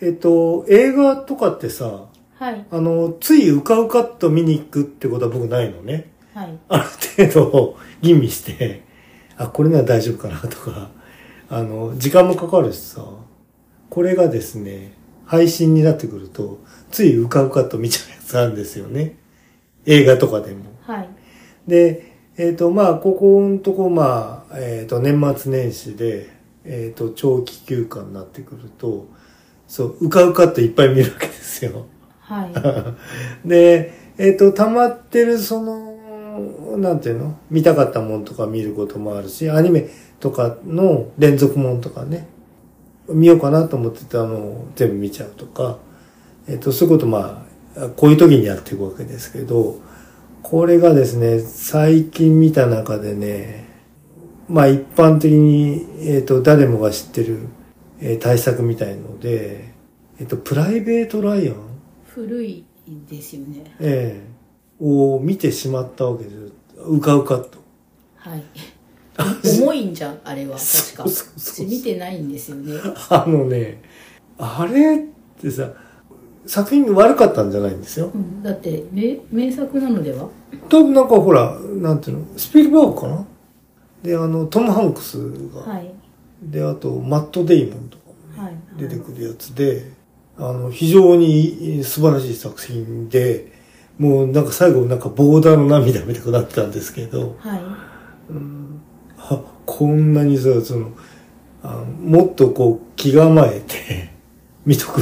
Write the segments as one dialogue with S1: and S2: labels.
S1: えっと、映画とかってさ、
S2: はい。
S1: あの、ついうかうかっと見に行くってことは僕ないのね。
S2: はい。
S1: ある程度吟味して、あ、これなら大丈夫かなとか、あの、時間もかかるしさ、これがですね、配信になってくると、ついうかうかっと見ちゃうやつなんですよね。映画とかでも。
S2: はい。
S1: で、えっ、と、まあ、ここのとこ、まあ、えっ、と、年末年始で、えっ、と、長期休暇になってくると、そう、うかうかっといっぱい見るわけですよ。
S2: は い。
S1: で、えっ、と、溜まってる、その、なんていうの見たかったもんとか見ることもあるし、アニメとかの連続もんとかね、見ようかなと思ってたのを全部見ちゃうとか、えっ、と、そういうこと、まあ、こういう時にやっていくわけですけど、これがですね、最近見た中でね、まあ一般的に、えっ、と、誰もが知ってる、えー対策みたいので、えっ、と、プライベートライアン
S2: 古いですよね。
S1: ええを見てしまったわけですよ。うかうかと。
S2: はい。重いんじゃん、あれは。確か。
S1: そうそうそう
S2: 私見てないんですよね。
S1: あのね、あれってさ、作品悪かったんじゃないんですよ
S2: う。ん、だって、名名作なのでは
S1: 多分なんかほら、なんていうの、スピルバーグかなで、あの、トム・ハンクスが、
S2: はい。
S1: で、あと、マット・デイモンとかも
S2: はい。
S1: 出てくるやつで、あの、非常に素晴らしい作品で、もうなんか最後なんかボーダーの涙みたいになってたんですけど、
S2: はい。
S1: あこんなにさそのあもっとこう気構えて 見とく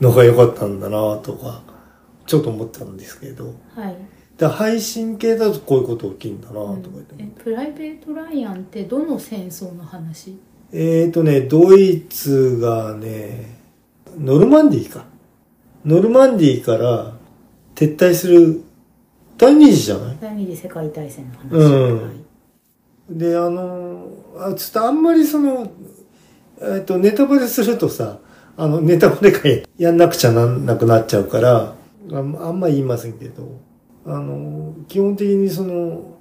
S1: のが良かったんだなとかちょっと思ったんですけど
S2: はい。
S1: で配信系だとこういうこと起きるんだなとか言って、
S2: えプライベートライアンってどの戦争の話
S1: えーとねドイツがねノルマンディーかノルマンディーから撤退する第二次じゃない
S2: 第二次世界大戦の話。
S1: うん
S2: はい
S1: であのあちょっとあんまりその、えっとネタバレするとさあのネタバレ会やんなくちゃなんなくなっちゃうからああんまり言いませんけどあの基本的にその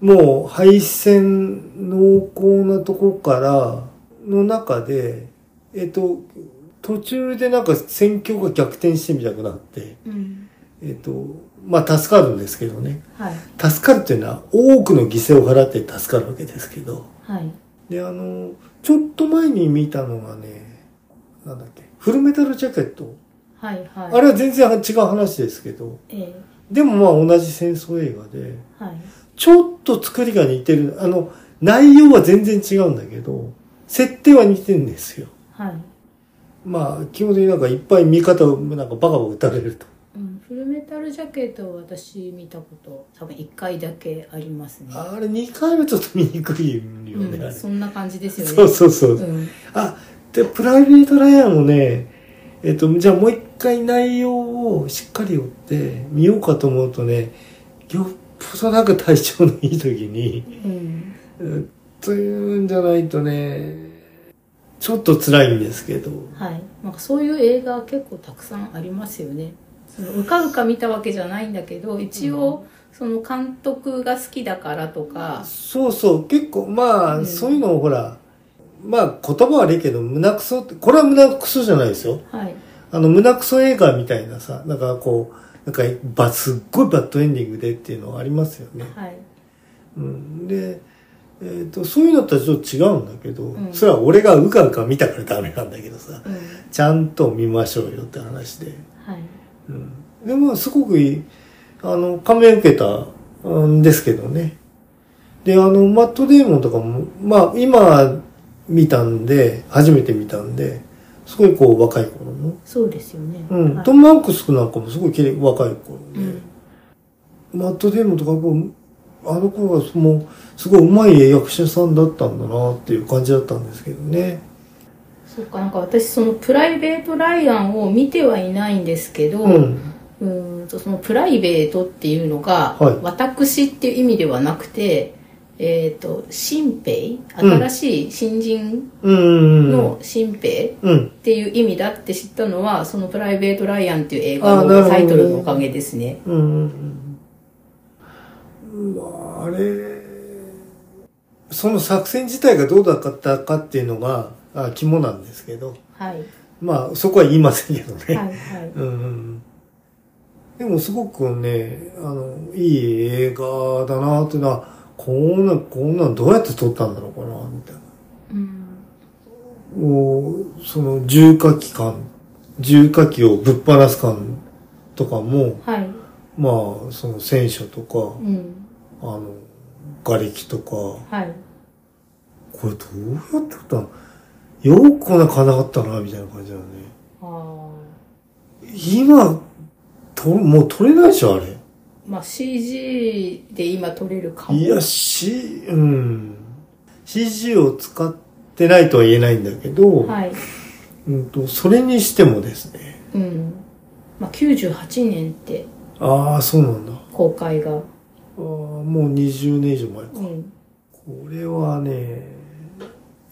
S1: もう敗戦濃厚なとこからの中でえっと途中でなんか戦況が逆転してみたくなって
S2: うん。
S1: えっとまあ助かるんですけどね
S2: はい。
S1: 助かるっていうのは多くの犠牲を払って助かるわけですけど。
S2: はい。
S1: で、あの、ちょっと前に見たのがね、なんだっけ、フルメタルジャケット。
S2: はい。はい。
S1: あれは全然違う話ですけど、
S2: え
S1: でもまあ同じ戦争映画で、
S2: ーはい。
S1: ちょっと作りが似てる。あの、内容は全然違うんだけど、設定は似てるんですよ。
S2: はい。
S1: まあ、基本的になんかいっぱい見方をなんかバカを打たれると。
S2: うん、フルメタルジャケットを私見たこと多分1回だけありますね
S1: あれ2回目ちょっと見にくいよね、あ
S2: う
S1: れ
S2: ん、。そんな感じですよね
S1: そうそうそう。
S2: うん、
S1: あ、で、プライベートライアンもね、えっと、じゃあもう一回内容をしっかり追って見ようかと思うとね、よっぽどなんか体調のいい時に、
S2: うん、
S1: うんというんじゃないとね、ちょっと辛いんですけど。
S2: はいなんかそういう映画結構たくさんありますよねそのうかうか見たわけじゃないんだけど一応その監督が好きだからとか、
S1: そうそう、結構、まあ、
S2: うん
S1: そういうのをほら、まあ言葉悪いけど、胸くそって、これは胸くそじゃないですよ。
S2: はい
S1: あの、胸くそ映画みたいなさ、なんかこう、なんかば、すっごいバッドエンディングでっていうのはありますよね。
S2: はい
S1: うん、で、えー、とそういうのとはちょっと違うんだけど、
S2: うん
S1: それは俺がうかうか見たからダメなんだけどさ
S2: うん
S1: ちゃんと見ましょうよって話で、
S2: はい
S1: うん、でもすごくいいあの感銘受けたんですけどねであのマット・デーモンとかもまあ今見たんで初めて見たんですごいこう若い頃の、
S2: そうですよね、
S1: うん
S2: はい
S1: トム・ハンクスなんかもすごい綺麗若い頃で、
S2: うん
S1: マット・デーモンとかこうあの頃はもうすごい上手い役者さんだったんだなっていう感じだったんですけどね。
S2: そっかなんか私そのプライベートライアンを見てはいないんですけど、
S1: うん。
S2: うーんとそのプライベートっていうのが、
S1: はい
S2: 私っていう意味ではなくて、えっと新兵
S1: うん
S2: 新しい新人
S1: うん。
S2: の新兵
S1: うん。
S2: っていう意味だって知ったのは、そのプライベート・ライアンっていう映
S1: あ
S2: 画
S1: なるほ
S2: の
S1: ど
S2: タイトルのおかげですね。
S1: うん。うん。うんまあ、あれ、その作戦自体がどうだったかっていうのがあ肝なんですけど、
S2: はい、
S1: まあ、そこは言いませんけど
S2: い
S1: ね。
S2: はい
S1: うんうんうんでもすごくね、あの、いい映画だなっていうのは、こんな、こんなんどうやって撮ったんだろうかな、みたいな。
S2: うん
S1: もう、その、重火器感、重火器をぶっ放す感とかも、
S2: はい
S1: まあ、その戦車とか、
S2: うん
S1: あの、瓦礫とか、
S2: はい
S1: これどうやって撮ったのよくこんな金があったな、みたいな感じだね。
S2: ああ
S1: 今、と、もう撮れないでしょ、あれ。
S2: まあ CG で今撮れるかも
S1: いや、C、うん。CG を使ってないとは言えないんだけど、
S2: はい
S1: うんと、それにしてもですね。
S2: うんまあ98年って
S1: ああ、そうなんだ。あ
S2: 公開が
S1: ーもう20年以上前か。
S2: うん
S1: これはね、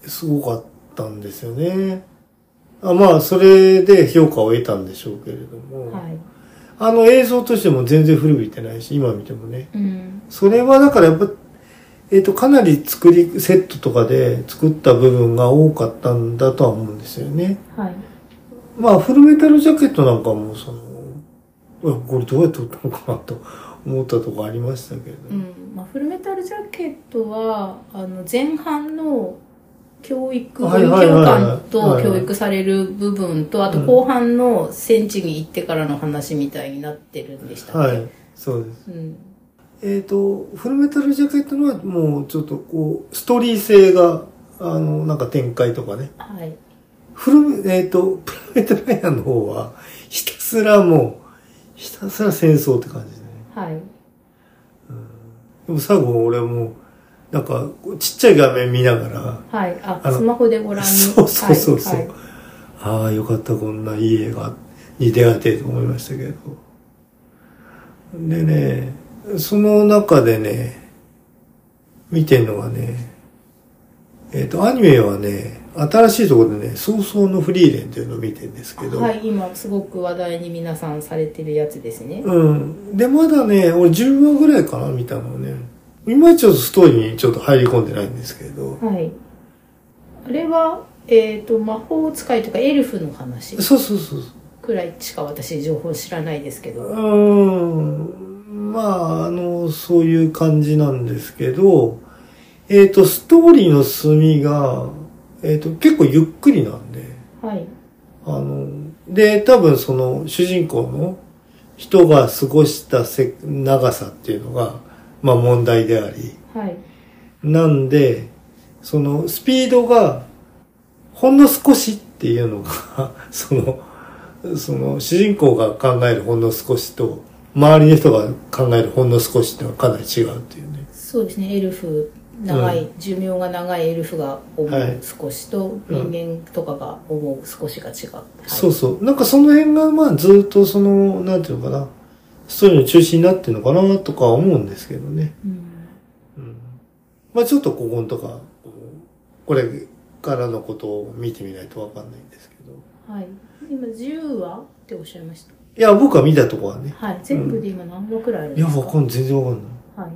S1: すごかったんですよね。あまあ、それで評価を得たんでしょうけれども、
S2: はい
S1: あの映像としても全然古びてないし、今見てもね。
S2: うん
S1: それはだからやっぱ、えっ、と、かなり作り、セットとかで作った部分が多かったんだとは思うんですよね。
S2: はい
S1: まあ、フルメタルジャケットなんかも、その、うわこれどうやって撮ったのかなと思ったとこありましたけれど。
S2: うんまあ、フルメタルジャケットはあの前半の教育
S1: はい
S2: 文
S1: は
S2: 教
S1: いはいはい
S2: 官と教育される部分とあと後半の戦地に行ってからの話みたいになってるんでしたっ
S1: は
S2: け、
S1: い、そうです。
S2: うん、
S1: えっ、と、フルメタルジャケットのはもうちょっとこう、ストーリー性が、あの、なんか展開とかね。
S2: はい
S1: フル、えっ、と、プラネタライアンの方は、ひたすらもう、ひたすら戦争って感じでね。
S2: はい
S1: でも最後俺もう、なんか、ちっちゃい画面見なが
S2: はいあ
S1: あの
S2: スマホでご
S1: ら、
S2: 覧に
S1: そうそうそうそう。
S2: はいはい
S1: ああ、よかった、こんないい映画に出会えてと思いましたけど。でね、その中でね、見てんのがね、えっ、と、アニメはね、新しいところでね、早々のフリーレンっていうのを見てんですけど、
S2: はい、今すごく話題に皆さんされてるやつですね、
S1: うん。で、まだね、俺10話ぐらいかな、見たのね。今ちょっとストーリーにちょっと入り込んでないんですけど、
S2: はいあれはえっ、と魔法使いとかエルフの話
S1: そうそうそうそう。
S2: くらいしか私情報知らないですけど
S1: うーん。まあ、あの、そういう感じなんですけど、えっ、と、ストーリーの進みが、えっ、と、結構ゆっくりなんで、
S2: はい
S1: あの、で、多分その、主人公の人が過ごしたせ長さっていうのが、まあ問題であり、
S2: はい
S1: なんで、その、スピードが、ほんの少しっていうのが、 その、その、主人公が考えるほんの少しと、周りの人が考えるほんの少しっていうのはかなり違うっていうね。
S2: そうですねエルフ長い、
S1: う
S2: 寿命が長いエルフが思
S1: はいう
S2: 少しと、
S1: うん
S2: 人間とかが思う少しが違う、はい、
S1: そうそう。なんかその辺が、まあ、ずっとその、なんていうのかな、ストーリーの中心になってるのかな、とかは思うんですけどね。
S2: うん
S1: うん。まあ、ちょっとここのとか、これからのことを見てみないとわかんないんですけど。
S2: はい今10話っておっしゃいました
S1: いや、僕は見たとこはね。
S2: はい全部で今何話くらいあるん
S1: い
S2: で
S1: や、
S2: すか、
S1: わかんない。全然わかんない。
S2: はい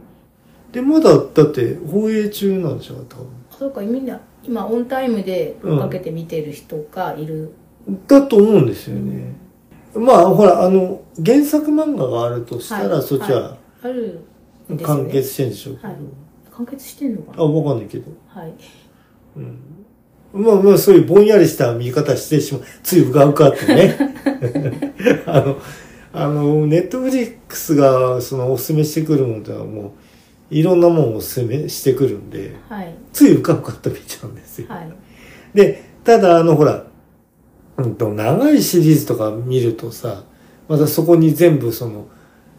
S1: で、まだ、だって、放映中なんでしょ多
S2: あそうかみんな今オンタイムで追っかけて見てる人がいる、
S1: 分。だと思うんですよね。まあ、ほら、あの、原作漫画があるとしたら、
S2: はい
S1: そっちは
S2: あるんですよね
S1: 完結してんでしょうけど。
S2: はい完結してんのか
S1: あ、わかんないけど。
S2: なはい
S1: うん。まあまあ、そういうぼんやりした見方してしまう。ついうがうかって ね。あの、あの、ネットフリックスが、その、おすすめしてくるものとはもう、いろんなもんをおすすめしてくるんで、
S2: はい
S1: ついうがうかって見ちゃうんですよ。
S2: はい
S1: で、ただあのほら、うんと、長いシリーズとか見るとさ、またそこに全部その、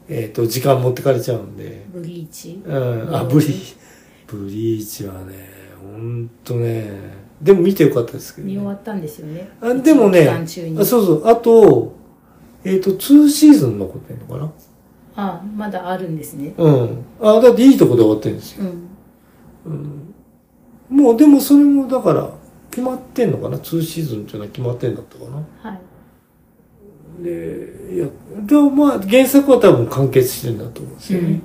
S1: えっ、と、時間持ってかれちゃうんで、
S2: ブリーチ
S1: うん、あ、
S2: うん
S1: ブリー、ブリーチはね、ほんとね、でも見てよかったですけど、
S2: 見終わ
S1: ね。
S2: ったんですよね
S1: あでも
S2: 一
S1: ね
S2: 応期間中に
S1: あそうそう、あと、えっ、と、2シーズン残ってんのかな
S2: あまだあるんですね
S1: うん。あ、だっていいとこで終わってるんですよ。
S2: うん
S1: うん。もう、でもそれもだから、決まってんのかな ?2 シーズンっていうのは決まってんだったかな
S2: はい
S1: で、いや、でもまあ原作は多分完結してるんだと思うんですよね。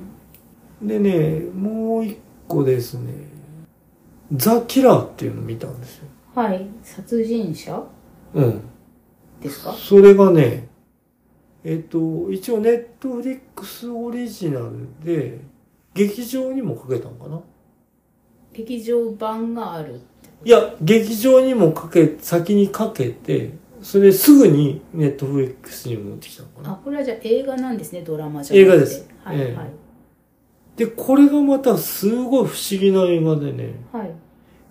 S1: でね、もう一個ですね、ザ・キラーっていうのを見たんですよ。
S2: はい殺人者
S1: うん。
S2: ですか
S1: それがね、えっと、一応ネットフリックスオリジナルで、劇場にもかけたのかな
S2: 劇場版がある
S1: いや、劇場にもかけ、先にかけて、それですぐにネットフリックスにも持ってきたのかな
S2: あこれはじゃあ映画なんですねドラマじゃな
S1: 映画
S2: くて
S1: です
S2: はいはい、
S1: えで、これがまたすごい不思議な映画でね、
S2: はい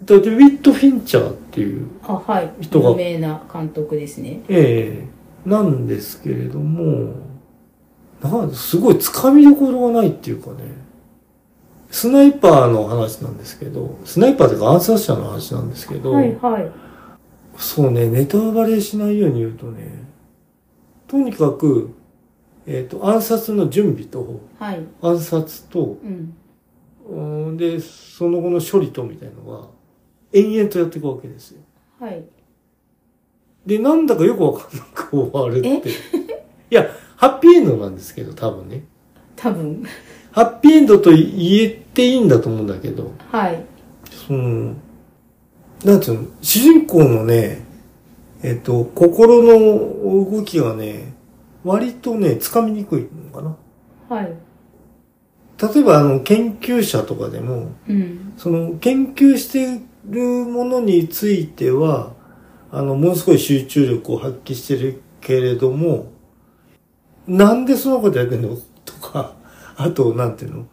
S1: えっとデビッド・フィンチャーっていう、
S2: あはい
S1: 人が
S2: 有名な監督ですね
S1: ええなんですけれども、なんすごい掴みどころがないっていうかね、スナイパーの話なんですけど、スナイパーというか暗殺者の話なんですけど、
S2: はいはい
S1: そうね、ネタバレしないように言うとね、とにかく、えっ、と、暗殺の準備と、
S2: はい
S1: 暗殺と、
S2: うん
S1: うんで、その後の処理とみたいのが、延々とやっていくわけですよ。
S2: はい
S1: で、なんだかよくわかんなく終わる って。いや、ハッピーエンドなんですけど、多分ね。
S2: 多分
S1: ハッピーエンドと言えていいんだと思うんだけど、
S2: はい
S1: その、なんつうの、主人公のね、えっと、心の動きがね、割とね、掴みにくいのかな。
S2: はい
S1: 例えば、あの、研究者とかでも、
S2: うん
S1: その、研究してるものについては、あの、ものすごい集中力を発揮してるけれども、なんでそんなことやってんのとか、あと、なんていうの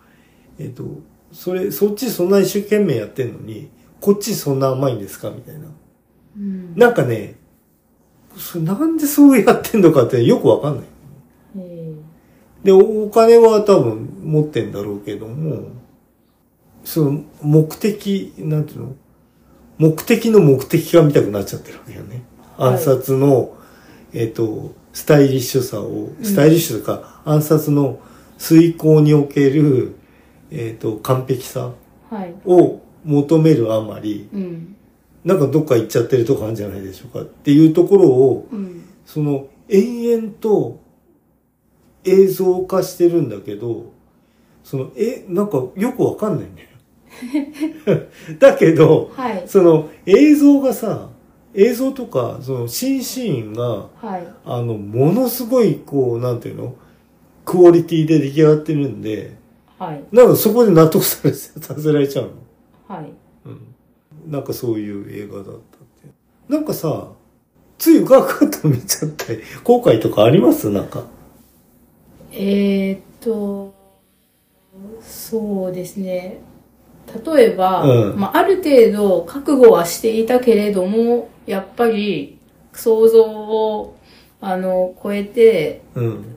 S1: えっ、と、それ、そっちそんな一生懸命やってんのに、こっちそんな甘いんですかみたいな。
S2: うん
S1: なんかね、そなんでそうやってんのかってよくわかんない。
S2: えー
S1: で、おお金は多分持ってんだろうけども、その目的、なんていうの目的の目的が見たくなっちゃってるわけよね。
S2: はい
S1: 暗殺の、えっ、と、スタイリッシュさを、
S2: ん
S1: スタイリッシュというか、暗殺の遂行における、えっ、と、完璧さ
S2: はい
S1: を求めるあまり、
S2: うん
S1: なんかどっか行っちゃってるとこあるんじゃないでしょうかっていうところを、
S2: うん
S1: その延々と映像化してるんだけど、その、え、なんかよくわかんないんだよ。 だけど、
S2: はい
S1: その映像がさ、映像とか、その新シーンが、
S2: はい
S1: あの、ものすごい、こう、なんていうのクオリティで出来上がってるんで、
S2: はい
S1: なんかそこで納得されさせられちゃうの。
S2: はい
S1: うん。なんかそういう映画だったっていう。なんかさ、ついガクッと見ちゃって、後悔とかありますなんか。
S2: えーっとそうですね例えば、
S1: うん
S2: まあ、ある程度覚悟はしていたけれどもやっぱり想像をあの超えて
S1: うん。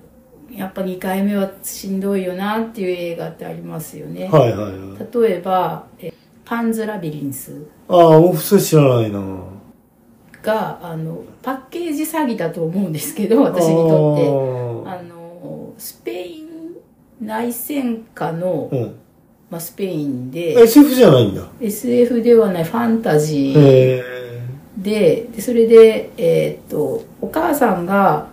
S2: やっぱ2回目はしんどいよなっていう映画ってありますよね、
S1: はいはいはい。
S2: 例えばえパンズ・ラビリンス
S1: ああ、オフス知らないな
S2: があのパッケージ詐欺だと思うんですけど私にとって
S1: っ
S2: あのスペイン内戦下の、
S1: て。うん。
S2: まあ、スペインで
S1: SF じゃないんだ。
S2: SF ではないファンタジ
S1: へ
S2: ー
S1: え。
S2: ででそれで、えーっとお母さんが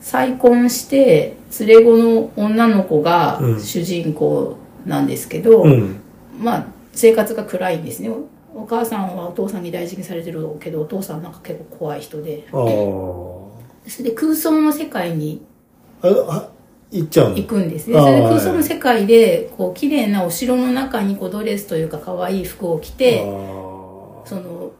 S2: 再婚して連れ子の女の子が
S1: うん
S2: 主人公なんですけど、
S1: うん。
S2: まあ生活が暗いんですねお母さんはお父さんに大事にされてるけどお父さんはなんか結構怖い人で
S1: ああ。
S2: それで空想の世界に
S1: あ、あ、行っちゃうの
S2: 行くんですね。
S1: あー
S2: それで空想の世界で、こう、綺麗なお城の中に、こう、ドレスというか、可愛い服を着て、その、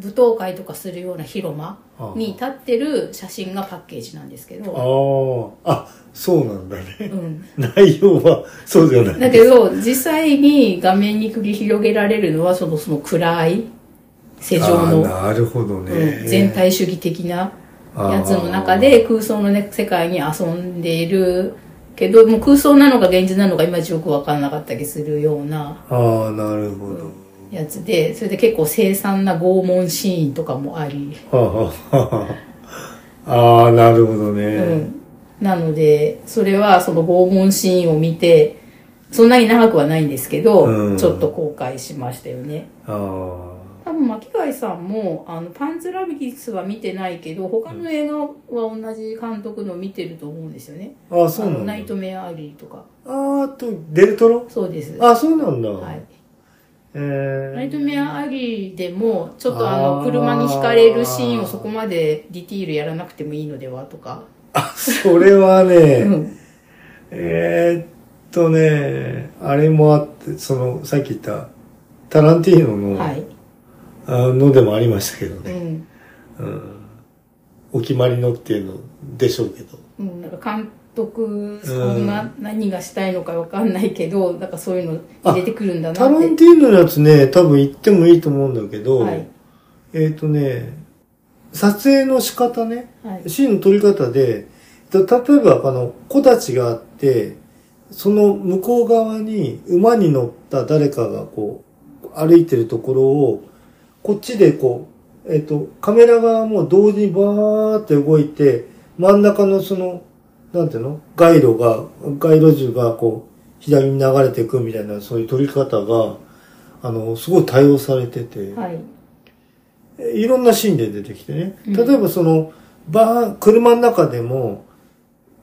S2: 舞踏会とかするような広間
S1: あー
S2: に立ってる写真がパッケージなんですけ
S1: あ
S2: ど、
S1: ーあ、そうなんだね。
S2: うん。
S1: 内容は、そうじゃない。
S2: だけど、実際に画面に繰り広げられるのは、その、その暗い、世
S1: あ
S2: 情
S1: ー
S2: の、
S1: なるほど
S2: う
S1: ね。
S2: ん全体主義的な
S1: あー
S2: やつの中で、空想の、ね、世界に遊んでいるけど、もう空想なのか現実なのか、いまいちよくわからなかったりするような、
S1: ああ、なるほど。
S2: やつでそれで結構凄惨な拷問シーンとかもあり、
S1: は あはあはああー、なるほどね。
S2: うん、なのでそれはその拷問シーンを見てそんなに長くはないんですけど、
S1: うん
S2: ちょっと後悔しましたよね
S1: ああ。
S2: 多分巻貝さんもあのパンズ・ラビリスは見てないけど他の映画は同じ監督の見てると思うんですよね、
S1: ああ、そう
S2: あの
S1: な
S2: ナイ
S1: ん
S2: ト
S1: だ。
S2: メア・アリーとか
S1: ああと、デルトロ
S2: そうです
S1: ああ、そうなんだ。
S2: はい
S1: え
S2: ライ
S1: ー、
S2: トメアアリーでも、ちょっとあ
S1: あ
S2: の、
S1: ー
S2: 車に惹かれるシーンをそこまでディティールやらなくてもいいのではとか。
S1: それは
S2: う
S1: ね、
S2: ん。
S1: えーっとね、あれもあって、その、さっき言った、タランティーノの、
S2: はい。
S1: あのでもありましたけど
S2: う
S1: ね、
S2: ん。
S1: うん。お決まりのっていうのでしょうけど。
S2: うん、なんか監督、そんな何がしたいのかわかんないけど、なんかそういうの入れてくるんだな
S1: タラ
S2: っ
S1: ンテ
S2: て。
S1: ィーノのやつね、多分行ってもいいと思うんだけど、
S2: はい。
S1: えーっ、とね、撮影の仕方ね、
S2: はい。
S1: シーンの撮り方で、と例えばあの、木立があって、その向こう側に馬に乗った誰かがこう、歩いてるところを、こっちでこう、えっ、と、カメラ側も同時にバーって動いて、真ん中のその、なんていうの街路が、街路樹がこう、左に流れていくみたいな、そういう撮り方が、あの、すごい対応されてて、
S2: はい。
S1: いろんなシーンで出てきてね。
S2: うん
S1: 例えばその、バー、車の中でも、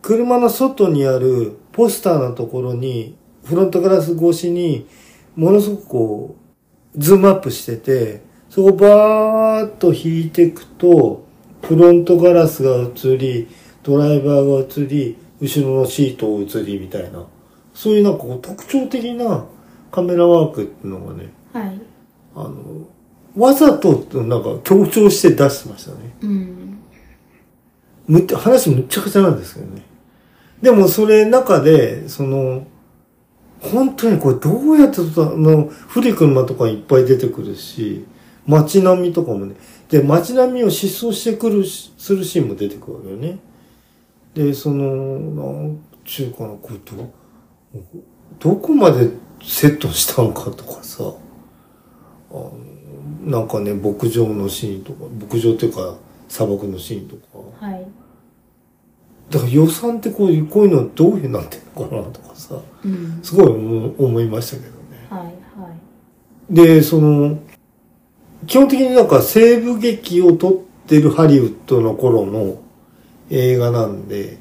S1: 車の外にあるポスターのところに、フロントガラス越しに、ものすごくこう、ズームアップしてて、そこバーッと引いていくと、フロントガラスが映り、ドライバーが映り、後ろのシートを映りみたいな、そういうなんかこう特徴的なカメラワークっていうのがね、
S2: はい。
S1: あの、わざと、なんか、強調して出してましたね。
S2: うん。
S1: むっちゃ、話むっちゃくちゃなんですけどね。でも、それ中で、その、本当にこれどうやって撮ったあの、古い車とかいっぱい出てくるし、街並みとかもね。で、街並みを疾走してくるし、するシーンも出てくるわけよね。で、その、なんちゅうかな、これど、どこまでセットしたのかとかさ、あの、なんかね、牧場のシーンとか、牧場っていうか、砂漠のシーンとか、
S2: はい。
S1: だから予算ってこういう、こういうのはどういうふうになってるのかなとかさ、
S2: うん。
S1: すごい思思いましたけどね。
S2: はい。はい。
S1: で、その、基本的になんか西部劇を撮ってるハリウッドの頃の映画なんで、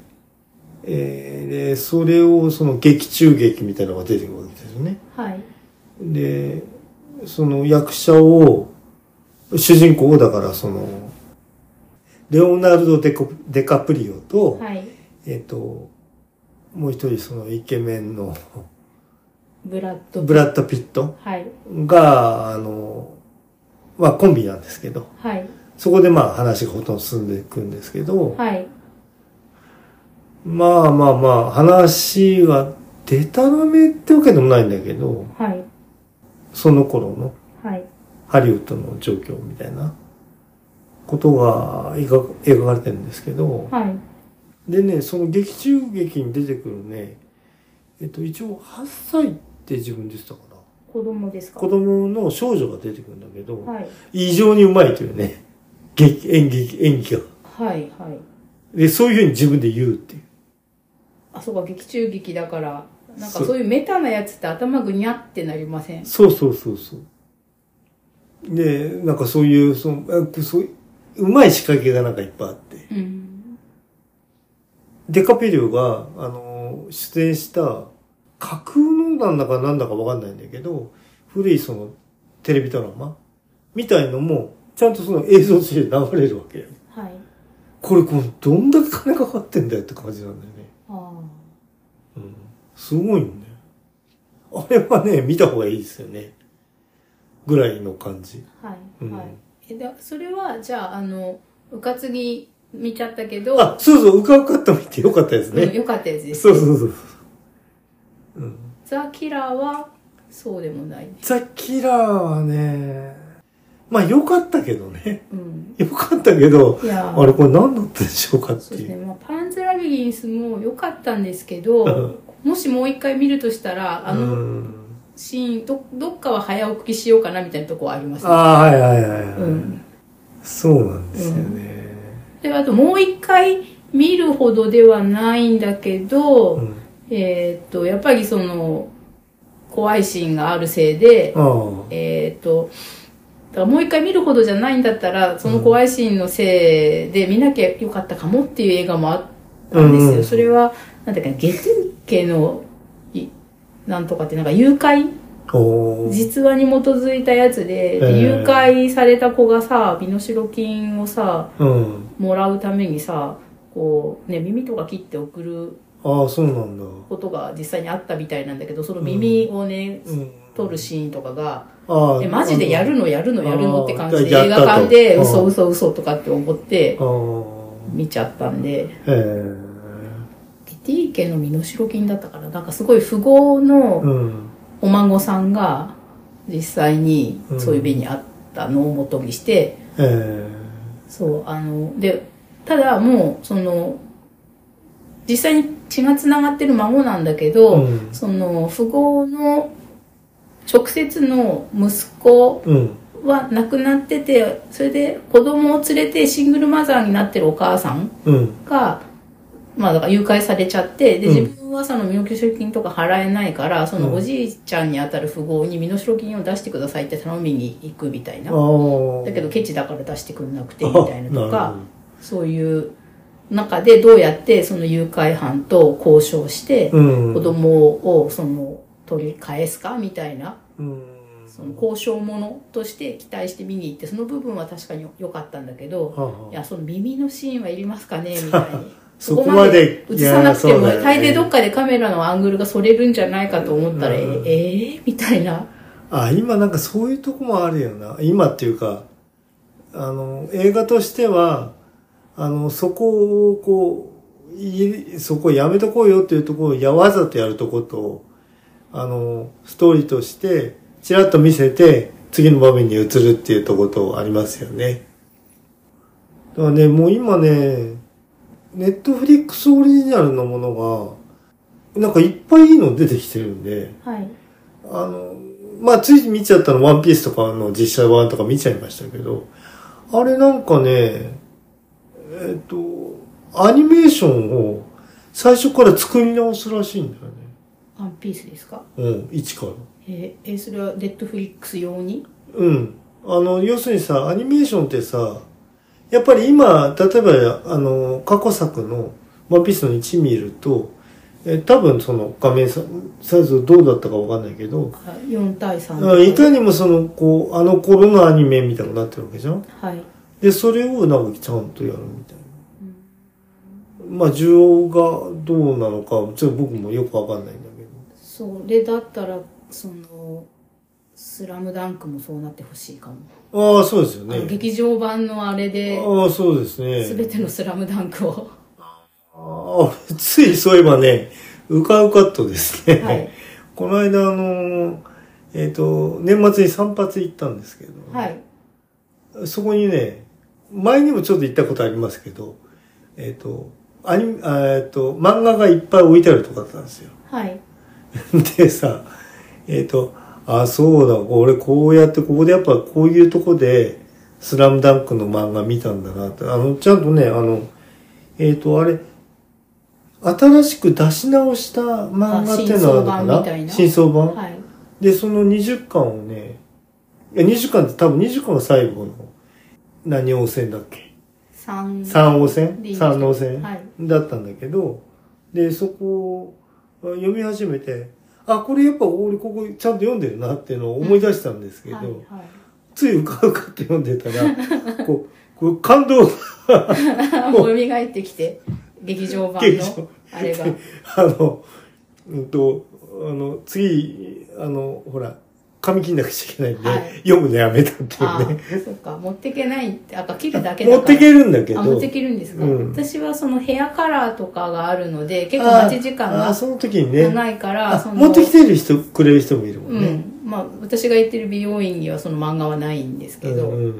S1: えーで、それをその劇中劇みたいなのが出てくるわけですよね。
S2: はい。
S1: で、その役者を、主人公をだからその、レオナルド・デコデカプリオと、
S2: はい。
S1: えっ、と、もう一人そのイケメンの
S2: ブラッド。
S1: ブラッド・ピット
S2: はい。
S1: が、あの、まあコンビなんですけど、
S2: はい。
S1: そこでまあ話がほとんど進んでいくんですけど、
S2: はい。
S1: まあまあまあ話はデタラメってわけでもないんだけど、
S2: はい。
S1: その頃の
S2: はい。
S1: ハリウッドの状況みたいなことが描か描かれてるんですけど、
S2: はい。
S1: でね、その劇中劇に出てくるね、えっと一応8歳って自分でしたかな。
S2: 子供ですか
S1: 子供の少女が出てくるんだけど、
S2: はい。
S1: 異常にうまいというね、劇、演劇、演技が。
S2: はい。はい。
S1: で、そういうふうに自分で言うっていう。
S2: あ、そうか、劇中劇だから、なん
S1: そ
S2: か
S1: う
S2: そういうメタなやつって頭ぐにゃってなりません。
S1: そうそうそうそう。で、なんかそういう、その、あそううまい仕掛けがなんかいっぱいあって。
S2: うん。
S1: デカペリオが、あの、出演した、架空のなんだかなんだかわかんないんだけど、古いその、テレビドラマみたいのも、ちゃんとその映像として流れるわけよ。
S2: はい。
S1: これ、このどんだけ金かかってんだよって感じなんだよね。
S2: あ
S1: うんすごいよね。あれはね、見た方がいいですよね。ぐらいの感じ。
S2: あ。はい。
S1: うん
S2: はい。え、だ、それは、じゃあ、あの、うかつぎ見ちゃったけど、
S1: あ、そうそう、うかうかっと見てよかったです
S2: うん
S1: ね。
S2: 良かったやつです。
S1: そうそうそう。うん、
S2: ザ・キラーは、そうでもない。
S1: ザ・キラーはね、まあよかったけどね。
S2: うん。
S1: よかったけど、
S2: いやー
S1: あれこれ何だったでしょうかっ
S2: そ
S1: て
S2: うです
S1: い
S2: ね。
S1: う。
S2: まあ、パンズラビリンスも良かったんですけど、
S1: うん
S2: もしもう一回見るとしたら、あ
S1: う
S2: の
S1: ん、
S2: シーン、ど、どっかは早送りしようかなみたいなとこはありますね。
S1: ああ、はいはいはい、はい
S2: うん。
S1: そうなんですよね。
S2: で、あともう一回見るほどではないんだけど、
S1: うん。
S2: えーっと、やっぱりその、怖いシーンがあるせいで、
S1: あ
S2: えーっと、だからもう一回見るほどじゃないんだったら、その怖いシーンのせいで見なきゃよかったかもっていう映画もあったんですよ。
S1: うんうん
S2: それは、なんだっけな、ゲトゥン家の、いなんとかって、なんか誘拐
S1: あ。おー
S2: 実話に基づいたやつで、
S1: ええ
S2: 誘拐された子がさ身代金をさ
S1: うん。
S2: もらうためにさこうね耳とか切って送る
S1: ああ、そうなんだ。
S2: ことが実際にあったみたいなんだけどその耳をね、
S1: うん。
S2: 取るシーンとかが
S1: ああ。
S2: えマジでやるのやるのやるのって感じで
S1: あー
S2: 映画館で
S1: やったと
S2: 嘘嘘嘘とかって思って
S1: ああ。
S2: 見ちゃったんで
S1: ええ。
S2: ティティ家の身代金だったからなんかすごい富豪の
S1: うん。
S2: お孫さんが実際にそういう目にあったのを元にして、
S1: ええ。
S2: そうあのでただもうその実際に血がつながってる孫なんだけど、
S1: うん
S2: その富豪の直接の息子
S1: うん。
S2: は亡くなっててそれで子供を連れてシングルマザーになってるお母さん
S1: うん。
S2: が、まあ、だから誘拐されちゃってで
S1: うん
S2: 自分はその身代金とか払えないから、そうの
S1: ん
S2: おじいちゃんにあたる富豪に身代金を出してくださいって頼みに行くみたいな。
S1: ああ。
S2: だけどケチだから出してくんなくてみたいな
S1: あ
S2: と
S1: なる
S2: かそういう中でどうやってその誘拐犯と交渉して
S1: ほどうん。
S2: 子供をその取り返すかみたいな
S1: うん。
S2: その交渉ものとして期待して見に行ってその部分は確かに良かったんだけど
S1: はい
S2: やその耳のシーンはいりますかねみたいに
S1: そこまで
S2: 映さなくて
S1: いやそう
S2: も
S1: だよね
S2: 大抵どっかでカメラのアングルがそれるんじゃないかと思ったらえ
S1: うん
S2: えーみたいな
S1: ああ、今なんかそういうとこもあるよな。今っていうか、あの、映画としては、あの、そこをこう、いそこやめとこうよっていうところをやわざとやるとこと、あの、ストーリーとして、ちらっと見せて、次の場面に移るっていうとことありますよね。だからね、もう今ね、ネットフリックスオリジナルのものが、なんかいっぱいいいの出てきてるんで、
S2: はい
S1: あの、まあ、つい見ちゃったの、ワンピースとかの実写版とか見ちゃいましたけど、あれなんかね、えっ、と、アニメーションを最初から作り直すらしいんだよね。
S2: ワンピースですか
S1: うん、一から。
S2: えーえーそれはネットフリックス用に
S1: うん。あの、要するにさ、アニメーションってさ、やっぱり今、例えば、あの、過去作の、ワンピースの1見ると、え多分その画面ササイズどうだったかわかんないけど、
S2: あ4対3
S1: うんいかにもその、こう、あの頃のアニメみたいになってるわけじゃん
S2: はい、
S1: で、それをなんかちゃんとやるみたいな。まあ、需要がどうなのか、ちょっと僕もよくわかんないんだけど。
S2: それだったらその「スラムダンクもそうなってほしいかも、
S1: ああ、そうですよ
S2: あの
S1: ね。
S2: 劇場版のあれで
S1: ああ、そうです
S2: 全
S1: ね。
S2: ての「スラムダンクを
S1: ああ、ついそういえばね、うかうかっとですね。
S2: はい、
S1: この間、あの、えっ、と、年末に散髪行ったんですけど、
S2: はい、
S1: そこにね、前にもちょっと行ったことありますけど、えっ、と、アニメ、あえっ、と、漫画がいっぱい置いてあるとこだったんですよ。
S2: はい、
S1: でさ、えっ、と、あ、そうだ、俺こうやって、ここでやっぱこういうとこで、スラムダンクの漫画見たんだなって、あの、ちゃんとね、あの、えっ、と、あれ、新しく出し直した漫画っていうのはあるのか
S2: あ新装版みたい
S1: な
S2: な
S1: 新装版
S2: はい、
S1: で、その20巻をね、いや、20巻って多分20巻が最後の、何王戦だっけ
S2: 三
S1: 三王戦
S2: でいいですか
S1: 三王戦
S2: はい
S1: だったんだけど、で、そこを読み始めて、あ、これやっぱ俺ここちゃんと読んでるなっていうのを思い出したんですけど、
S2: はいはい
S1: ついうかうかって読んでた ら、こう、こう感動、
S2: あもう 蘇ってきて劇場版
S1: 劇場
S2: のあ れが
S1: あの、うんと、あの、次、あの、ほら、髪切んなくちゃいけないんで、
S2: はい
S1: 読むのやめたって
S2: あ
S1: いうね。
S2: ーそっか持ってけないってあ切るだけだから
S1: 持ってけるんだけど。
S2: あ持ってけるんですか、
S1: うん
S2: 私はそのヘアカラーとかがあるので結構
S1: あ
S2: 待ち時間
S1: あ
S2: が
S1: その時にね。
S2: 長いか
S1: あ
S2: らその
S1: 持ってきてる人、くれる人もいるも
S2: うん
S1: ね。
S2: んまあ、私が行ってる美容院にはその漫画はないんですけど、
S1: うんうんうん。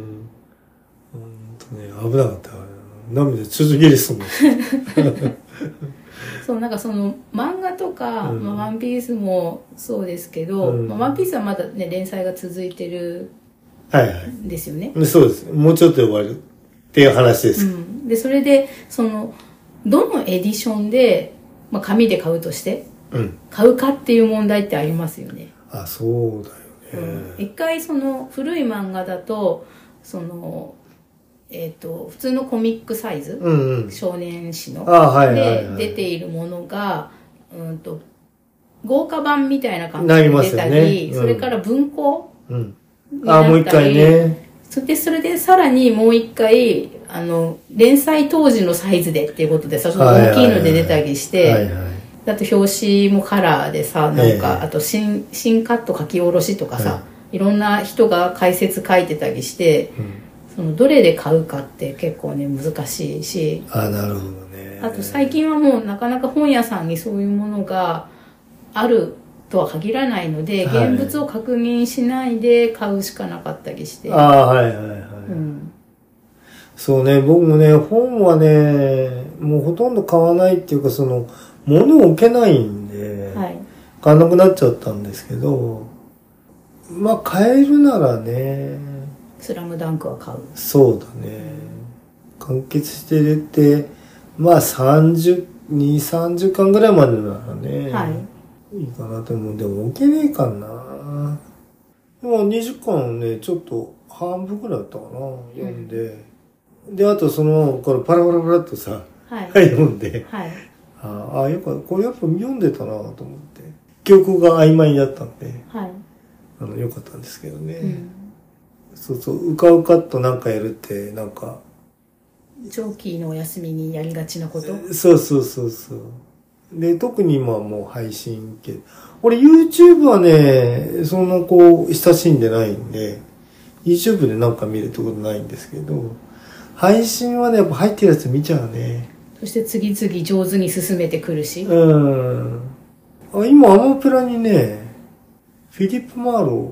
S1: ほんとね、危なかった。涙ちょちょぎり すんの。
S2: そうなんかその漫画とか「
S1: うん
S2: まあ、ワンピースもそうですけど「
S1: うん
S2: まあ、ワンピースはまだね連載が続いてる
S1: はいは
S2: んですよね。
S1: い。そうです。もうちょっとで終わるっていう話で
S2: う
S1: す。
S2: ん、でそれでそのどのエディションで、まあ、紙で買うとして
S1: うん。
S2: 買うかっていう問題ってありますよね。
S1: あ、そうだ
S2: う
S1: よ
S2: ん
S1: ね。
S2: 一回その古い漫画だとその、えっと普通のコミックサイズ、
S1: うんうん。
S2: 少年誌の
S1: あ、はいはい
S2: で
S1: はい。
S2: 出ているものが、うん、と豪華版みたいな感じで
S1: なり
S2: 出たり、
S1: ますよねうん
S2: それから文庫
S1: うん。
S2: に
S1: あ
S2: な
S1: あ、
S2: ったり
S1: もう一回ね。
S2: それで、それでさらにもう一回、あの、連載当時のサイズでっていうことでさ、その大きいので出たりし
S1: はい
S2: て、
S1: はい。
S2: だと表紙もカラーでさ、な
S1: え
S2: ん
S1: え
S2: か、あと新、新カット書き下ろしとかさ
S1: は、
S2: いろんな人が解説書いてたりして、
S1: うん、
S2: その、どれで買うかって結構ね、難しいし、
S1: ああ、なるほどね。
S2: あと最近はもうなかなか本屋さんにそういうものがあるとは限らないので、
S1: はい
S2: 現物を確認しないで買うしかなかったりして。
S1: ああ、はいはいはい。
S2: うん
S1: そうね、僕もね、本はね、もうほとんど買わないっていうか、その、物を置けないんで、
S2: はい
S1: 買わなくなっちゃったんですけど、まあ、買えるならね、
S2: スラムダンクは買う。
S1: そうだね。完結して出て、まあ、30、2、30巻ぐらいまでならね、
S2: はい。
S1: いいかなと思う。でも置けねえかな。でも20巻ね、ちょっと半分ぐらいだったかな。読んで。で、あとその、これパラパラパラっとさ、
S2: はい。
S1: はい、読んで。
S2: はい。
S1: ああ、やっぱ、これやっぱ読んでたなと思って。記憶が曖昧だったんで、
S2: はい。
S1: あの、良かったんですけどね。
S2: うん。
S1: そうそう、うかうかっとなんかやるって、なんか、
S2: 長期のお休みにやりがちなこと。
S1: そうそうそうそう。で、特に今はもう配信系。俺 YouTube はね、そんなこう、親しんでないんで、YouTube でなんか見るってことないんですけど、配信はね、やっぱ入ってるやつ見ちゃうね。
S2: そして次々上手に進めてくるし。
S1: うん。あ今、アマプラにね、フィリップ・マーロ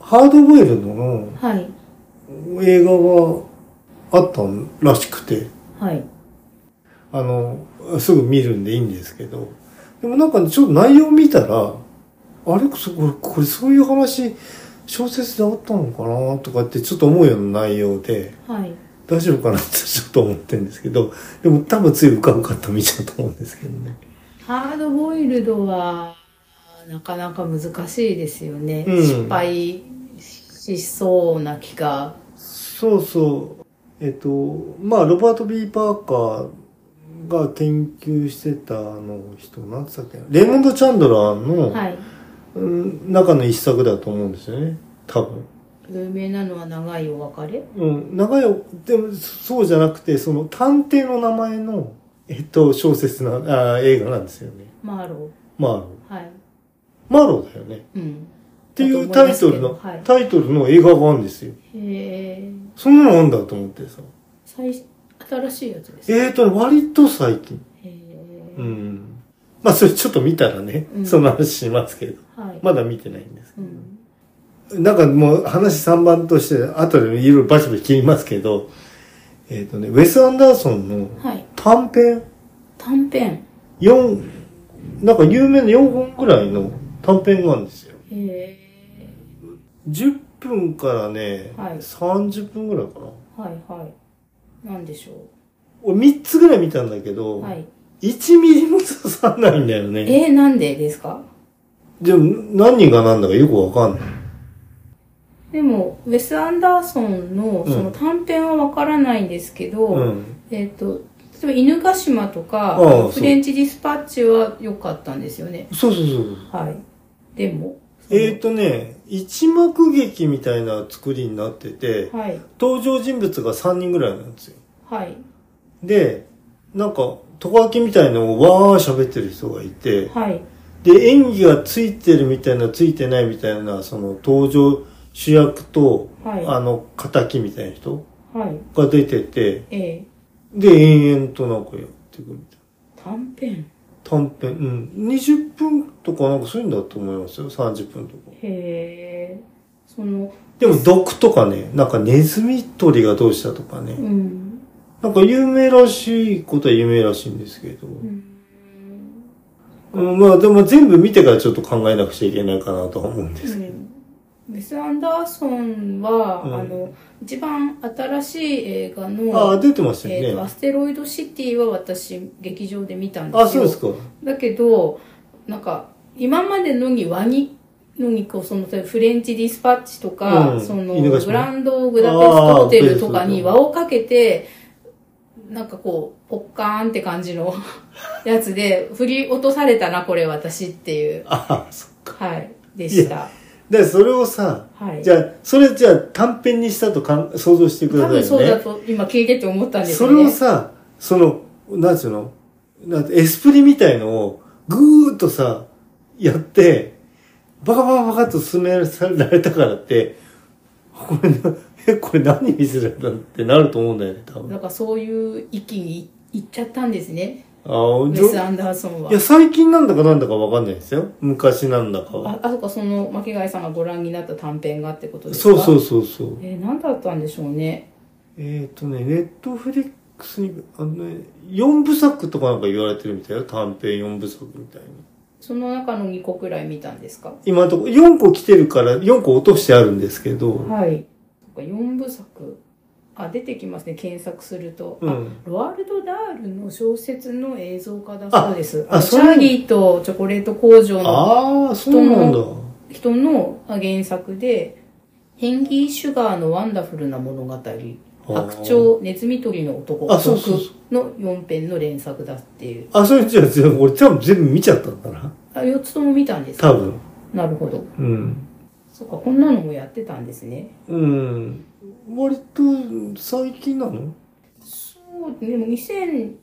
S1: ー、ハードボイルドの
S2: はい。
S1: 映画があったらしくて、
S2: はい。
S1: あの、すぐ見るんでいいんですけど、でもなんかちょっと内容見たら、あれ、そこれ、これそういう話、小説であったのかなとかってちょっと思うような内容で、
S2: はい。
S1: 大丈夫かなってちょっと思ってるんですけど、でも多分ついうかうかっと見ちゃうと思うんですけどね。
S2: ハードボイルドは、なかなか難しいですよね。
S1: うん
S2: 失敗しそうな気が。
S1: そうそう。えっと、まあ、ロバート・ B ・パーカーが研究してたあの人、なんつったっけなレイモンド・チャンドラーの、
S2: はい。
S1: うん中の一作だと思うんですよね。多分。
S2: 有名なのは長いお別れ
S1: うん、長いお、でも、そうじゃなくて、その、探偵の名前の、えっと、小説な、あー映画なんですよね。
S2: マーロ
S1: マーロ
S2: ー。はい。
S1: ー。マーローだよね。っ
S2: うん。
S1: ていう
S2: だと思
S1: タ
S2: ま
S1: イ
S2: す
S1: ト
S2: け
S1: ル
S2: ど
S1: の、
S2: はい。
S1: タイトルの映画があるんですよ。
S2: へえ。
S1: そんなのあんだと思ってさ。
S2: 最、新しいやつです。へ
S1: えーと、割と最近。う
S2: え。
S1: ん。まあ、それちょっと見たらね、
S2: うん
S1: その話しますけど。
S2: はい。
S1: まだ見てないんですけ
S2: う
S1: ど。
S2: ん。
S1: なんかもう話3番として、後でいろいろバチバチ切りますけど、えっ、とね、ウェス・アンダーソンの
S2: はい。
S1: 短編、
S2: 短編。
S1: 四なんか有名な4本ぐらいの短編があるんですよ。
S2: へえ。
S1: 10分からね、
S2: はい
S1: 30分ぐらいかな。
S2: はいはい。なんでしょ
S1: 俺3つぐらい見たんだけ
S2: う。
S1: ど、
S2: はい。
S1: 1ミリも刺さんないんだよね。
S2: えー、なんでですか
S1: でも何が何だかよくわかんない。
S2: でも、ウェス・アンダーソンの
S1: うん
S2: その短編はわからないんですけど、
S1: うん。
S2: えっ、と、例えば犬ヶ島と
S1: あ
S2: か
S1: あそう、
S2: フレンチ・ディスパッチは良かったんですよね。
S1: そうそうそう。
S2: はい。でも、
S1: えっ、とね、一幕劇みたいな作りになってて、
S2: はい。
S1: 登場人物が3人ぐらいなんですよ。
S2: はい。
S1: で、なんか、トカキみたいのをわー喋ってる人がいて、
S2: はい。
S1: で、演技がついてるみたいな、ついてないみたいな、その登場主役と、
S2: はい
S1: あの、仇みたいな人
S2: はい。
S1: が出てて、
S2: え
S1: で、延々となんかやっていくみたいな。
S2: ー、短編。
S1: 短編、うん。20分とかなんかそういうんだと思いますよ。30分とか。
S2: へえ。その、
S1: でも、毒とかね、なんかネズミ捕りがどうしたとか
S2: う
S1: ね。
S2: ん。
S1: なんか有名らしいことは有名らしいんですけど。
S2: うん。
S1: うん、まあでも全部見てからちょっと考えなくちゃいけないかなとは思うんですけど。
S2: ウェス・アンダーソンは、
S1: うん
S2: あの一番新しい映画
S1: ああ、
S2: の
S1: 出てま
S2: 「
S1: した
S2: えー
S1: よ
S2: とア
S1: ね。
S2: ステロイド・シティ」は私劇場で見たんですよ
S1: あ、そうですか。
S2: だけどなんか今までのにワニのにこうその例えばフレンチ・ディスパッチとか、
S1: うん
S2: その
S1: 犬ヶ島
S2: グランド・グダペストホテルとかに輪をかけてなんかこう、ポッカーンって感じの やつで、振り落とされたな、これ私っていう、
S1: ああ、そっか。
S2: はい、でした。
S1: で、それをさ、
S2: はい。
S1: じゃあ、それじゃあ短編にしたとかん想像してくださ
S2: 多
S1: いよね。
S2: 分そうだと今聞いてて思ったんです
S1: そ
S2: よ
S1: れ
S2: ね。
S1: をさ、その、なんつうのなんてエスプリみたいのをぐーっとさ、やって、バカバカバカっと進められたからって、これな、え、これ何見せられたのってなると思うんだよね、多分。
S2: なんかそういう域に行っちゃったんですね。
S1: ああ、
S2: ウ
S1: じ
S2: ェス・
S1: ょ
S2: アンダーソンはい
S1: や、。最近なんだかなんだかわかんないですよ。昔なんだかは。
S2: あ、あそっか、その、巻貝さんがご覧になった短編がってことですか。
S1: そうそううそうそう。
S2: えー、何だったんでしょうね。
S1: えっ、とね、ネットフリックスに、あのね、4部作とかなんか言われてるみたいよ。短編4部作みたいな。
S2: その中の2個くらい見たんですか
S1: 今のところ4個来てるから4個落としてあるんですけど、
S2: はい。そっか4部作。あ、出てきますね、検索すると。
S1: う
S2: あ、
S1: ん。
S2: ロワルド・ダールの小説の映像化だそうです。
S1: ああ
S2: あの
S1: そ
S2: チ
S1: うな
S2: ャ
S1: の
S2: ーリーとチョコレート工場の
S1: ああ、そうなんだ。
S2: 人の原作で、ヘンギー・シュガーのワンダフルな物語、白鳥、ネズミ捕りの男、
S1: あそうそうそ
S2: の4編の連作だっていう。
S1: あ、それじゃあ全部、俺多分全部見ちゃったんだな。
S2: あ、4つとも見たんです
S1: 多
S2: か
S1: 分。
S2: なるほど。
S1: うん。
S2: そっか、こんなのもやってたんですね。
S1: うん。割と最近なの
S2: そう、でも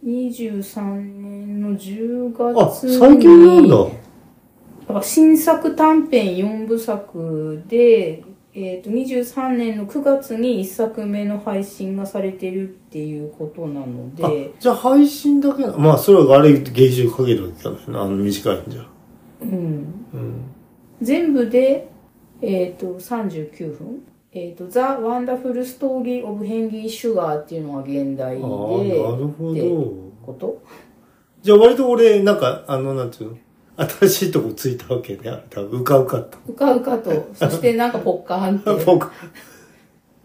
S2: 2023年の10
S1: あ、
S2: 月に。
S1: 最近なんだ。
S2: だから新作短編4部作で、えー、と23年の9月に1作目の配信がされてるっていうことなの
S1: あ
S2: で、
S1: じゃあ配信だけなまあそれはあれ芸集かけるわけじゃないな。あの短いんじゃ。
S2: うん、
S1: うん。
S2: 全部で、えー、と39分、えーと「The Wonderful Story of Henry Sugar」っていうのが現
S1: ああ、な
S2: 代
S1: る
S2: で
S1: ほ
S2: って
S1: ど。
S2: こと
S1: じゃあ割と俺、なんか、あの、なんていうの新しいとこついたわけね。あれ多分、うかうかと。
S2: うかう かとそしてなんかポッカーンって
S1: 僕、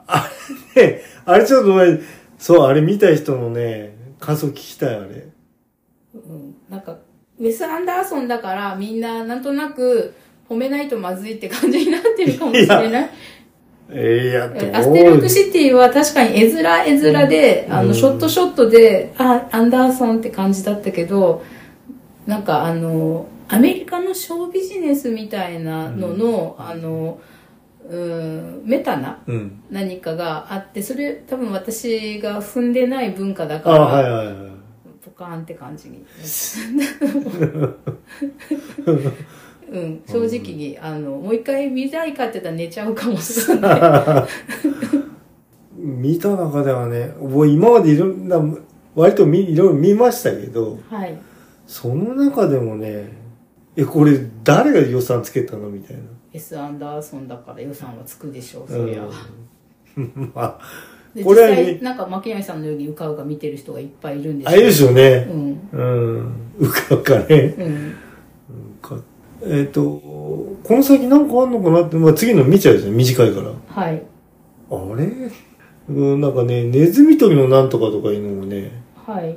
S1: あれね、あれちょっと前、そう、あれ見た人のね、感想聞きたい、あれ。
S2: うんなんか、ウェス・アンダーソンだからみんななんとなく褒めないとまずいって感じになってるかもしれない。
S1: いえー、いや、
S2: え
S1: どう
S2: ーアステロイドシティは確かに絵面絵面で、あ
S1: うん
S2: の、ショットショットで、あ、アンダーソンって感じだったけど、なんかあの、アメリカのショービジネスみたいなのの、あの、うん、メタな
S1: うん。
S2: 何かがあって、それ多分私が踏んでない文化だ
S1: あ、
S2: から、
S1: はいはいはい。
S2: ポカーンって感 じに。うん、正直に、あの、もう一回見たいかって言ったら寝ちゃうかもしれ ない。
S1: 見た中ではね、もう今までいろんな、割とみいろいろ見ましたけど、
S2: はい。
S1: その中でもね、え、これ誰が予算つけたのみたいな。
S2: S アンダーソンだから予算はつくでしょう、
S1: う
S2: そりゃ。
S1: ん。 まあ、
S2: で
S1: こ
S2: 実
S1: れはね
S2: 際、なんか、牧山さんのようにうかうか見てる人がいっぱいいるんで
S1: あれでしょうね。
S2: うん。
S1: うん。うかうかね。
S2: うん。
S1: かえっ、と、この先なんかあんのかなって、まあ、次の見ちゃうじゃん、短いから。
S2: はい。
S1: あれうん、なんかね、ネズミ捕りのなんとかとかいうのもね、
S2: はい。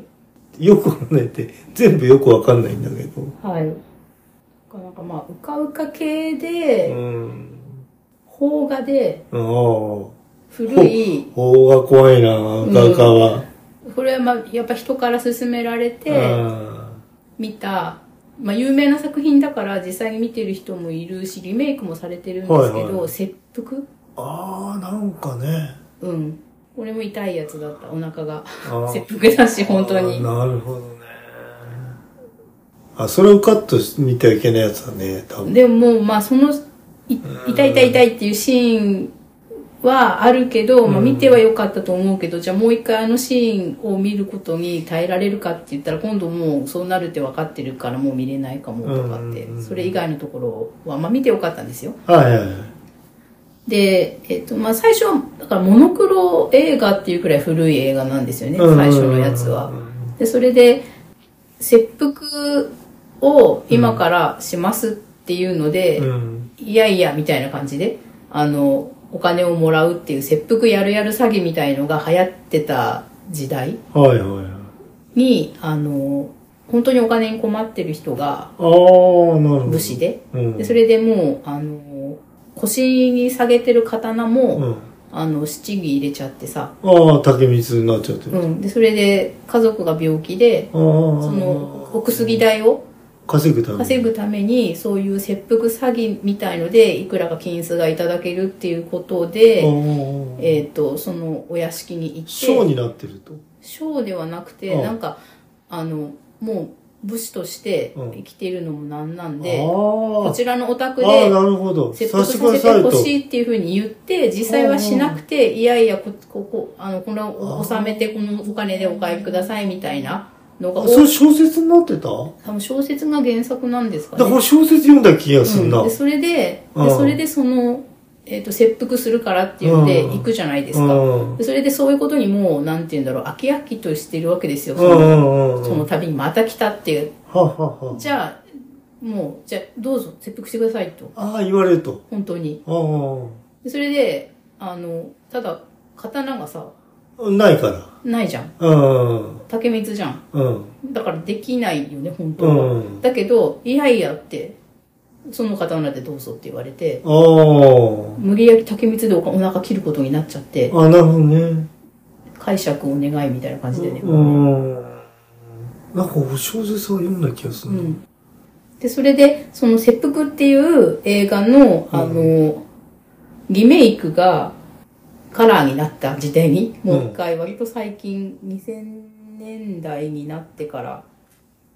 S1: よくわかんないって、全部よくわかんないんだけど。
S2: はい。なんかまあ、うかうか系
S1: う
S2: で、
S1: ん。
S2: 邦画で、
S1: ああ。
S2: 古い、
S1: 法が怖いな、うかうかは。
S2: これはまあ、やっぱ人から勧められて、
S1: うん
S2: 見た、まあ、有名な作品だから実際に見てる人もいるしリメイクもされてるんですけど、
S1: はいはい
S2: 切腹
S1: ああ、なんかね。
S2: うんこれも痛いやつだったお腹が
S1: あ
S2: 切腹だし本当に
S1: あーなるほどね。あ、それをカットし見てはいけないやつだね、多分。
S2: でももうまあそのい痛い痛い痛いっていうシーンはあるけど、まあ、見てはよかったと思うけど、じゃあもう一回あのシーンを見ることに耐えられるかって言ったら今度もうそうなるって分かってるからもう見れないかもとかって、
S1: うんうんうん
S2: それ以外のところは、まあ、見てよかったんですよ
S1: はいはいはい。
S2: で、えっとまあ、最初はだからモノクロ映画っていうくらい古い映画なんですよね、
S1: うん
S2: 最初のやつは。でそれで切腹を今からしますっていうので、
S1: うん。
S2: いやいやみたいな感じであのお金をもらうっていう切腹やるやる詐欺みたいのが流行ってた時代
S1: はいはいはい。
S2: にあの本当にお金に困ってる人が
S1: ああ、なるほど。
S2: 武士で
S1: うん。
S2: でそれでもうあの腰に下げてる刀も、
S1: うん。
S2: ああの七木入れちゃってさ、
S1: ああ、竹光になっちゃってる。
S2: うん、でそれで家族が病気で
S1: ああ。
S2: そのお薬代を
S1: 稼ぐために。
S2: 稼ぐためにそういう切腹詐欺みたいのでいくらか金子がいただけるっていうことで、
S1: ああ。
S2: えー、とそのお屋敷に行って
S1: ショーになってると。
S2: ショーではなくて、
S1: うん
S2: なんかあのもう武士として生きているのもなんなんで、こ
S1: あ
S2: ちらのお宅
S1: あ。ああ、
S2: で
S1: なるほど。
S2: 説
S1: さ
S2: 得
S1: せ
S2: さ
S1: てくだ
S2: せ
S1: さ
S2: て
S1: い
S2: ほ
S1: と。
S2: しいっていうふうに言って実際はしなくていやいやこここあのこの納めてこのお金でお買いくださいみたいなのが
S1: あそれ小説になってただ
S2: 多分小説が原作なんですかね。
S1: から小説読んだ気がすんな。
S2: うんでそれで
S1: うん
S2: でそれでその、えー、と切腹するからっていうので
S1: うん
S2: 行くじゃないです
S1: う
S2: か。
S1: ん。
S2: でそれでそういうことにもうなんて言うんだろう飽き飽きとしてるわけですよ。
S1: う
S2: そ
S1: んう
S2: の
S1: んうん
S2: その度にまた来たっていう。
S1: はあはあは
S2: じゃあ、もう、じゃあどうぞ、切腹してくださいと。
S1: あ。ああ、言われると。
S2: 本当に。
S1: あ
S2: でそれで、あの、ただ、刀がさ、
S1: あ。ないから。
S2: ないじゃん。
S1: うん。
S2: 竹光じゃん。
S1: うん。
S2: だからできないよね、本当は。
S1: うん。
S2: だけど、いやいやって、その刀でどうぞって言われて、
S1: ああ。
S2: 無理やり竹光でおお腹切ることになっちゃって、
S1: あ、なるほどね。
S2: 解釈をお願いみたいな感じでね。
S1: うん。なんかお小説は読んだ気がす
S2: う
S1: るな。
S2: ん、でそれでその「切腹」っていう映画のあの、リメイクがカラーになった時代にもう一回割と最近2000年代になってから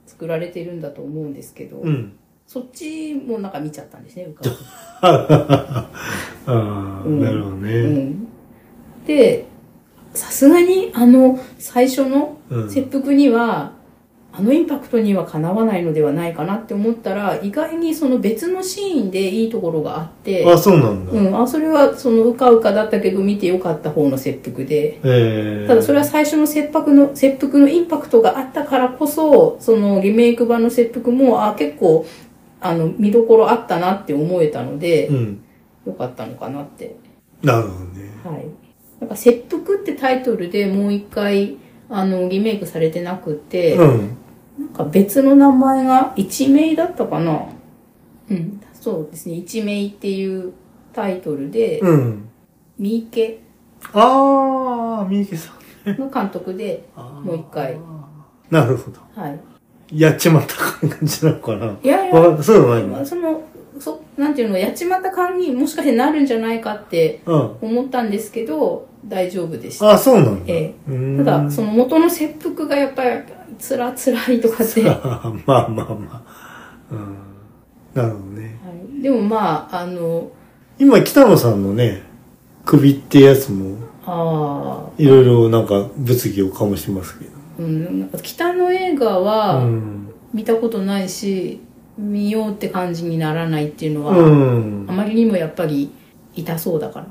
S2: 作られてるんだと思うんですけど、
S1: うん。
S2: そっちもなんか見ちゃったん ですねうかうか
S1: ああ、なるほど
S2: う
S1: ね。
S2: ん、でさすがにあの最初の
S1: うん。
S2: 切腹にはあのインパクトにはかなわないのではないかなって思ったら意外にその別のシーンでいいところがあって
S1: あ、そうなんだ
S2: う。ん、あそれはそのうかうかだったけど見てよかった方の切腹で
S1: ええ。
S2: ただそれは最初の切迫の切腹のインパクトがあったからこそそのリメイク版の切腹もあ結構あの見どころあったなって思えたので
S1: うん。
S2: よかったのかなって
S1: なるほどね。
S2: はい。なんか、切腹ってタイトルでもう一回、あの、リメイクされてなくて、
S1: うん。
S2: なんか別の名前が、一名だったかなうん、そうですね。一名っていうタイトルで、
S1: うん。
S2: 三池
S1: ああ、三池さん。
S2: の監督で、
S1: も
S2: もう一回。
S1: なるほど。
S2: はい。
S1: やっちまった感じなのかな。
S2: いやいや、
S1: あ、そうじゃないの
S2: その、そ、なんていうの、やっちまった感にもしかしてなるんじゃないかって
S1: うん。
S2: 思ったんですけど、大丈夫でした。
S1: あ、そうなんだ。
S2: え
S1: うー
S2: た
S1: ん
S2: だ、その元の切腹がやっぱり、つらつらいとかって、
S1: あ まあまあまあ。うん。なるほどね。
S2: はい、でもまああの
S1: 今、北野さんのね、首ってやつも、
S2: あ
S1: いろいろなんか物議を醸してますけど。
S2: あ、うん、なんか北の映画は
S1: ん。
S2: 見たことないし、見ようって感じにならないっていうのは、
S1: うん
S2: あ。まりにもやっぱり痛そうだから、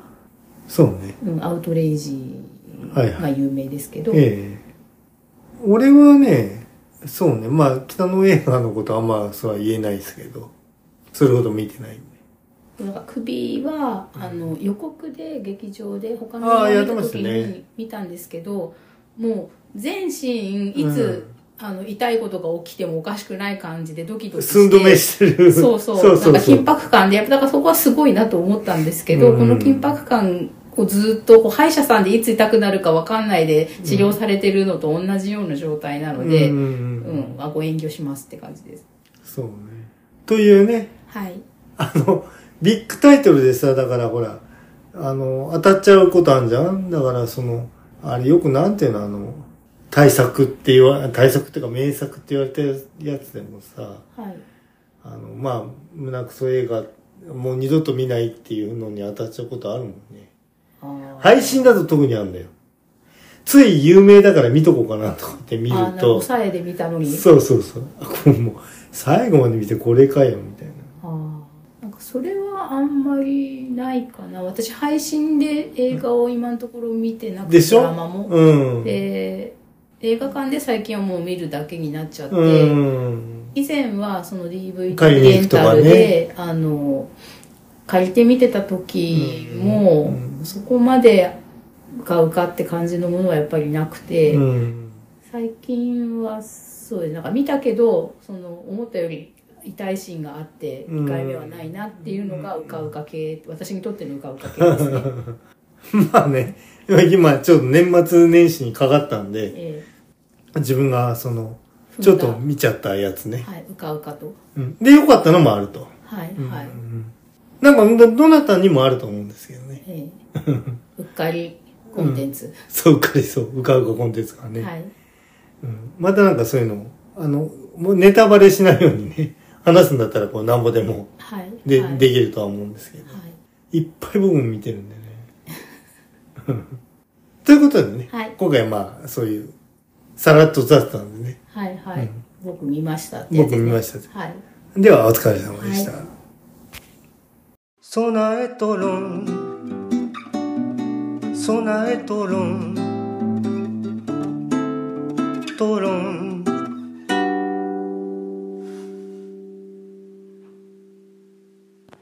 S1: そうね。
S2: うん、アウトレイジ
S1: はいは
S2: が有名ですけど、
S1: ええ。俺はね、そうね。まあ、北野映画のことはあんまそうは言えないですけど、それほど見てないんで。
S2: なんか首はあの予告で劇場で他
S1: あ
S2: の
S1: ー
S2: 映
S1: やってま
S2: 画見た
S1: した
S2: 時
S1: ね
S2: に見たんですけど、もう全シーンいつ、あの痛いことが起きてもおかしくない感じでドキドキして
S1: 寸止めしてる。
S2: そうそ う。
S1: そうそうそう。
S2: なんか緊迫感で、やっぱだからそこはすごいなと思ったんですけど、
S1: うん
S2: この緊迫感をずっとこう歯医者さんでいつ痛くなるかわかんないで治療されてるのと同じような状態なので、
S1: う
S2: うんん、
S1: うんうん
S2: あご遠慮しますって感じです。
S1: そうね。というね、
S2: はい。
S1: あの、ビッグタイトルでさ、だからほら、あの、当たっちゃうことあるじゃんだからその、あれよくなんていうの、あの、対策って言わ、対策っていうか名作って言われてるやつでもさ、
S2: はい。
S1: あの、まあ、胸くそ映画、もう二度と見ないっていうのに当たっちゃうことあるもんね。
S2: あー
S1: 配信だと特にあるんだよ。つい有名だから見とこうかなとかって見る
S2: あーなんか
S1: と。
S2: 抑えで見たのに。
S1: そうそうそう。あこれもう、最後まで見てこれかよ、みたいな。
S2: あーなんかそれはあんまりないかな。私配信で映画を今のところ見てなくて、
S1: でしょ
S2: ドラマも。
S1: うん。
S2: で、映画館で最近はもう見るだけになっちゃって、
S1: うん。
S2: 以前はその DVD
S1: 借りに
S2: レ
S1: 行く
S2: ン
S1: とか
S2: タ
S1: ね
S2: ルで、あの借りてみてた時も、
S1: うん
S2: そこまで買うかって感じのものはやっぱりなくて、
S1: うん。
S2: 最近はそうですなんか見たけどその思ったより痛いシーンがあって
S1: うん
S2: 1回目はないなっていうのがうかうか系、私にとってのうかうか系ですね。
S1: まあね、今ちょっと年末年始にかかったんで、
S2: え
S1: 自分がその、
S2: 踏んだ
S1: ちょっと見ちゃったやつ
S2: え
S1: ね。
S2: はい、うかうかと。
S1: うん、で、良かったのもあると。
S2: はい、
S1: うん
S2: はい。
S1: なんか、どどなたにもあると思うんですけどね。
S2: ええうっかりコンテンツ。
S1: そう、うっかりそう、うかうかコンテンツがね。
S2: はい。
S1: うん、またなんかそういうの、あの、もうネタバレしないようにね、話すんだったらこう、なんぼでも、
S2: はい。
S1: で、
S2: はい、
S1: できるとは思うんですけど。
S2: はい
S1: っぱい僕も見てるんでね。 ということでね、
S2: はい
S1: 今回まあ、そういう、さらっと雑談でね。
S2: い、はい、はい。僕見ましたってや
S1: 僕
S2: つですね
S1: 見ました。
S2: はい。
S1: では、お疲れ様でした
S2: はい。
S1: ソナエトロン、ソナエトロン、トロン。